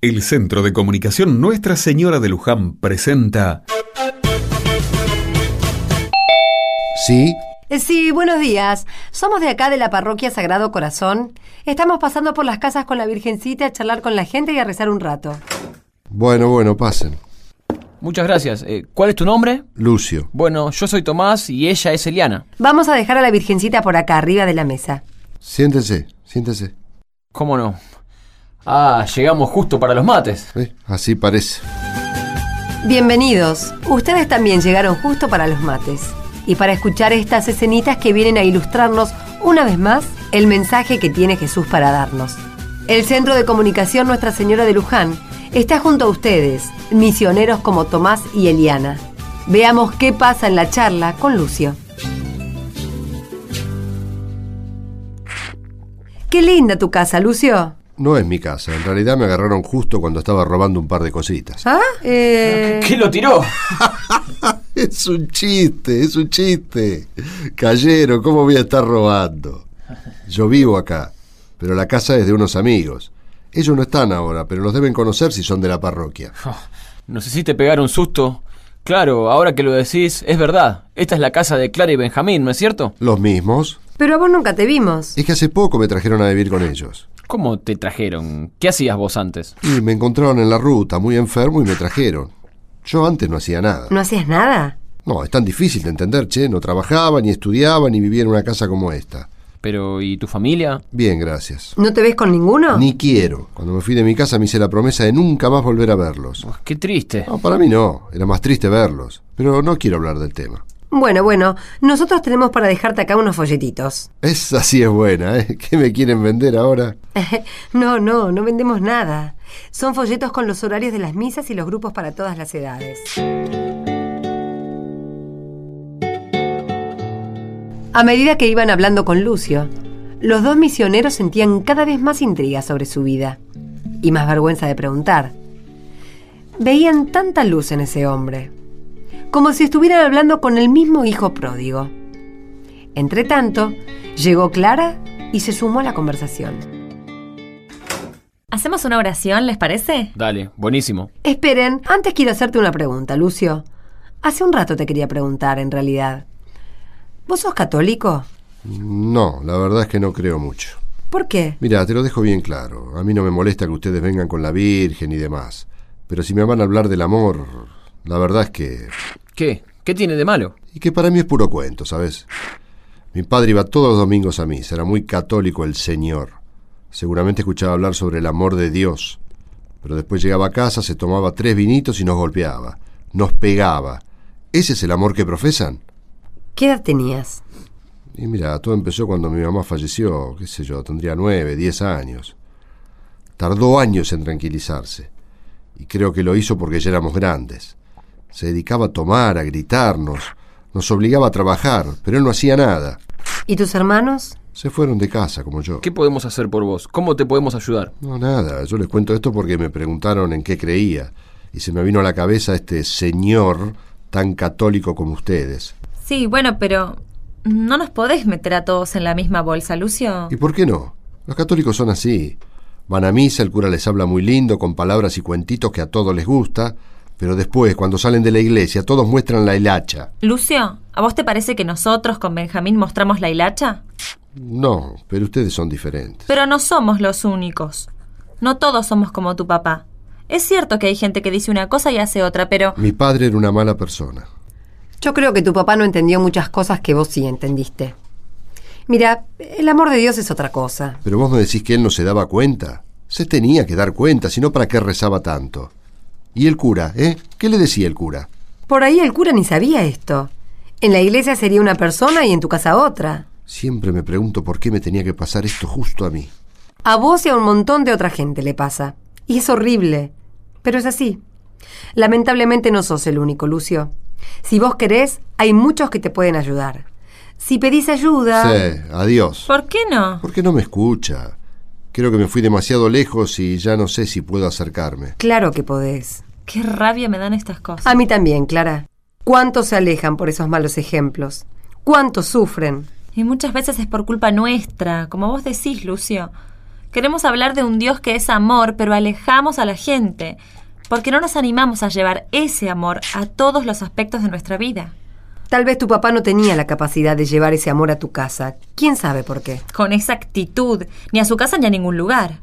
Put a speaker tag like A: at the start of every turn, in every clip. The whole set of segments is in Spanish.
A: El Centro de Comunicación Nuestra Señora de Luján presenta
B: Sí,
C: Eh, Sí, buenos días. Somos de acá de la parroquia Sagrado Corazón. Estamos pasando por las casas con la Virgencita a charlar con la gente y a rezar un rato.
B: bueno, bueno, pasen.
D: Muchas gracias. Eh, ¿Cuál es tu nombre?
B: Lucio.
D: Bueno, yo soy Tomás y ella es Eliana.
C: Vamos a dejar a la Virgencita por acá, arriba de la mesa.
B: Siéntense, siéntense.
D: ¿Cómo no? Ah, llegamos justo para los mates.
B: ¿Ve? ¿Eh? Así parece.
C: Bienvenidos. Ustedes también llegaron justo para los mates y para escuchar estas escenitas que vienen a ilustrarnos una vez más el mensaje que tiene Jesús para darnos. El Centro de Comunicación Nuestra Señora de Luján está junto a ustedes, misioneros como Tomás y Eliana. Veamos qué pasa en la charla con Lucio. Qué linda tu casa, Lucio.
B: No es mi casa, en realidad me agarraron justo cuando estaba robando un par de cositas.
C: ¿Ah? Eh,
D: ¿Qué lo tiró?
B: Es un chiste, es un chiste. Callero, ¿cómo voy a estar robando? Yo vivo acá, pero la casa es de unos amigos. Ellos no están ahora, pero los deben conocer si son de la parroquia.
D: Nos hiciste pegar un susto. Claro, ahora que lo decís, es verdad. Esta es la casa de Clara y Benjamín, ¿no es cierto?
B: Los mismos.
C: pero a vos nunca te vimos.
B: Es que hace poco me trajeron a vivir con ellos.
D: ¿Cómo te trajeron? ¿Qué hacías vos antes?
B: Y me encontraron en la ruta, muy enfermo, y me trajeron. Yo antes no hacía nada.
C: ¿No hacías nada?
B: No, es tan difícil de entender, che. No trabajaba, ni estudiaba, ni vivía en una casa como esta.
D: Pero, ¿y tu familia?
B: Bien, gracias.
C: ¿No te ves con ninguno?
B: Ni quiero. Cuando me fui de mi casa me hice la promesa de nunca más volver a verlos.
D: Pues, Qué triste.
B: No, para mí no. Era más triste verlos. Pero no quiero hablar del tema.
C: Bueno, bueno, nosotros tenemos para dejarte acá unos folletitos.
B: Esa sí es buena, ¿eh? ¿Qué me quieren vender ahora?
C: no, no, no vendemos nada. Son folletos con los horarios de las misas y los grupos para todas las edades. A medida que iban hablando con Lucio, los dos misioneros sentían cada vez más intriga sobre su vida y más vergüenza de preguntar. Veían tanta luz en ese hombre, como si estuvieran hablando con el mismo hijo pródigo. Entre tanto, llegó Clara y se sumó a la conversación.
E: ¿Hacemos una oración, les parece?
D: Dale, buenísimo.
C: Esperen, antes quiero hacerte una pregunta, Lucio. Hace un rato te quería preguntar, en realidad. ¿Vos sos católico?
B: No, la verdad es que no creo mucho.
C: ¿Por qué?
B: Mira, te lo dejo bien claro. A mí no me molesta que ustedes vengan con la Virgen y demás. Pero si me van a hablar del amor, la verdad es que...
D: ¿Qué? ¿Qué tiene de malo?
B: y que para mí es puro cuento, ¿sabes? Mi padre iba todos los domingos a misa, era muy católico el Señor. Seguramente escuchaba hablar sobre el amor de Dios. Pero después llegaba a casa, se tomaba tres vinitos y nos golpeaba, nos pegaba. ¿Ese es el amor que profesan?
C: ¿Qué edad tenías?
B: Y mira, todo empezó cuando mi mamá falleció, qué sé yo, tendría nueve, diez años. Tardó años en tranquilizarse. Y creo que lo hizo porque ya éramos grandes. Se dedicaba a tomar, a gritarnos, nos obligaba a trabajar, pero él no hacía nada.
C: ¿Y tus hermanos?
B: Se fueron de casa, como yo.
D: ¿Qué podemos hacer por vos? ¿Cómo te podemos ayudar?
B: No, nada, yo les cuento esto porque me preguntaron en qué creía. Y se me vino a la cabeza este señor tan católico como ustedes.
E: Sí, bueno, pero no nos podés meter a todos en la misma bolsa, Lucio.
B: ¿Y por qué no? Los católicos son así. Van a misa, el cura les habla muy lindo, con palabras y cuentitos que a todos les gusta, pero después, cuando salen de la iglesia, todos muestran la hilacha.
E: Lucio, ¿a vos te parece que nosotros con Benjamín mostramos la hilacha?
B: No, pero ustedes son diferentes.
E: Pero no somos los únicos. No todos somos como tu papá. Es cierto que hay gente que dice una cosa y hace otra, pero...
B: Mi padre era una mala persona.
C: Yo creo que tu papá no entendió muchas cosas que vos sí entendiste. Mira, el amor de Dios es otra cosa.
B: Pero vos me decís que él no se daba cuenta. Se tenía que dar cuenta, si no, ¿para qué rezaba tanto? ¿Y el cura, eh? ¿Qué le decía el cura?
C: Por ahí el cura ni sabía esto. En la iglesia sería una persona y en tu casa otra.
B: Siempre me pregunto por qué me tenía que pasar esto justo a mí.
C: A vos y a un montón de otra gente le pasa. Y es horrible. Pero es así. Lamentablemente no sos el único, Lucio. Si vos querés, hay muchos que te pueden ayudar. Si pedís ayuda...
B: Sí, adiós.
E: ¿Por qué no?
B: ¿Por qué no me escucha? Creo que me fui demasiado lejos y ya no sé si puedo acercarme.
C: Claro que podés.
E: Qué rabia me dan estas cosas.
C: A mí también, Clara. ¿Cuántos se alejan por esos malos ejemplos? ¿Cuántos sufren?
E: Y muchas veces es por culpa nuestra, como vos decís, Lucio. Queremos hablar de un Dios que es amor, pero alejamos a la gente, porque no nos animamos a llevar ese amor a todos los aspectos de nuestra vida.
C: Tal vez tu papá no tenía la capacidad de llevar ese amor a tu casa. ¿Quién sabe por qué?
E: Con esa actitud, ni a su casa ni a ningún lugar.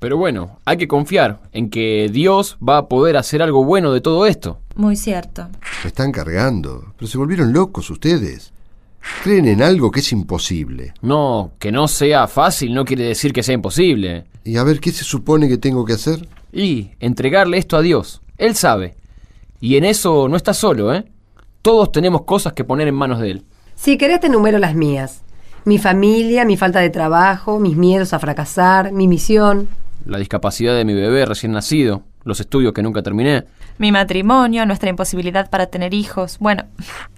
D: Pero bueno, hay que confiar en que Dios va a poder hacer algo bueno de todo esto.
E: Muy cierto.
B: Me están cargando, pero se volvieron locos ustedes. Creen en algo que es imposible.
D: No, que no sea fácil no quiere decir que sea imposible.
B: Y a ver, ¿qué se supone que tengo que hacer?
D: Y entregarle esto a Dios. Él sabe. Y en eso no está solo, ¿eh? Todos tenemos cosas que poner en manos de Él.
C: Si querés te enumero las mías. Mi familia, mi falta de trabajo, mis miedos a fracasar, mi misión.
D: La discapacidad de mi bebé recién nacido, los estudios que nunca terminé.
E: Mi matrimonio, nuestra imposibilidad para tener hijos. Bueno,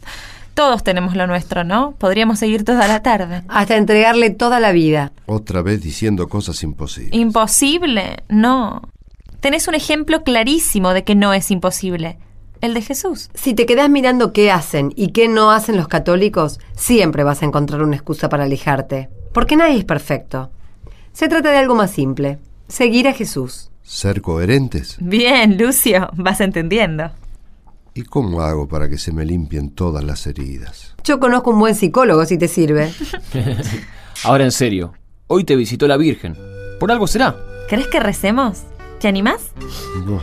E: todos tenemos lo nuestro, ¿no? Podríamos seguir toda la tarde.
C: Hasta entregarle toda la vida.
B: Otra vez diciendo cosas imposibles.
E: Imposible, no. Tenés un ejemplo clarísimo de que no es imposible. El de Jesús.
C: Si te quedás mirando qué hacen y qué no hacen los católicos, siempre vas a encontrar una excusa para alejarte. Porque nadie es perfecto. Se trata de algo más simple. Seguir a Jesús.
B: Ser coherentes.
E: Bien, Lucio, vas entendiendo.
B: ¿Y cómo hago para que se me limpien todas las heridas?
C: Yo conozco un buen psicólogo si te sirve.
D: Ahora en serio, hoy te visitó la Virgen. Por algo será.
E: ¿Crees que recemos? ¿Te animás?
B: Bueno,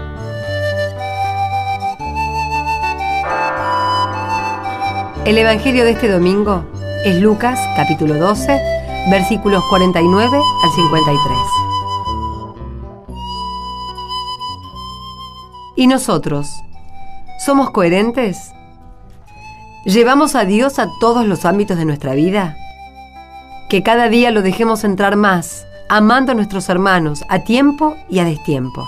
C: El Evangelio de este domingo es Lucas capítulo 12, versículos 49 al 53. ¿Y nosotros? ¿Somos coherentes? ¿Llevamos a Dios a todos los ámbitos de nuestra vida? Que cada día lo dejemos entrar más, amando a nuestros hermanos a tiempo y a destiempo.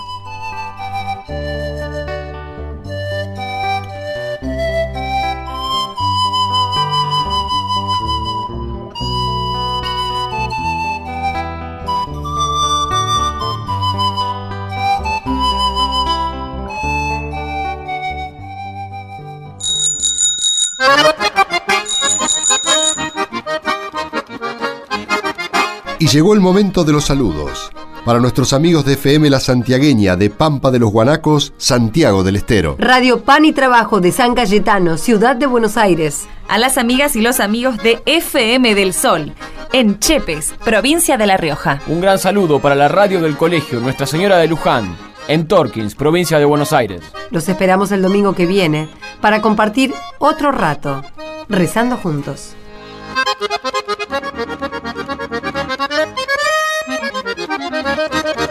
B: Y llegó el momento de los saludos. Para nuestros amigos de FM La Santiagueña de Pampa de los Guanacos, Santiago del Estero.
C: Radio Pan y Trabajo de San Cayetano, Ciudad de Buenos Aires.
E: A las amigas y los amigos de FM del Sol, en Chepes, provincia de La Rioja.
D: Un gran saludo para la radio del colegio Nuestra Señora de Luján, en Torkins, provincia de Buenos Aires.
C: Los esperamos el domingo que viene para compartir otro rato, rezando juntos.
F: Thank you.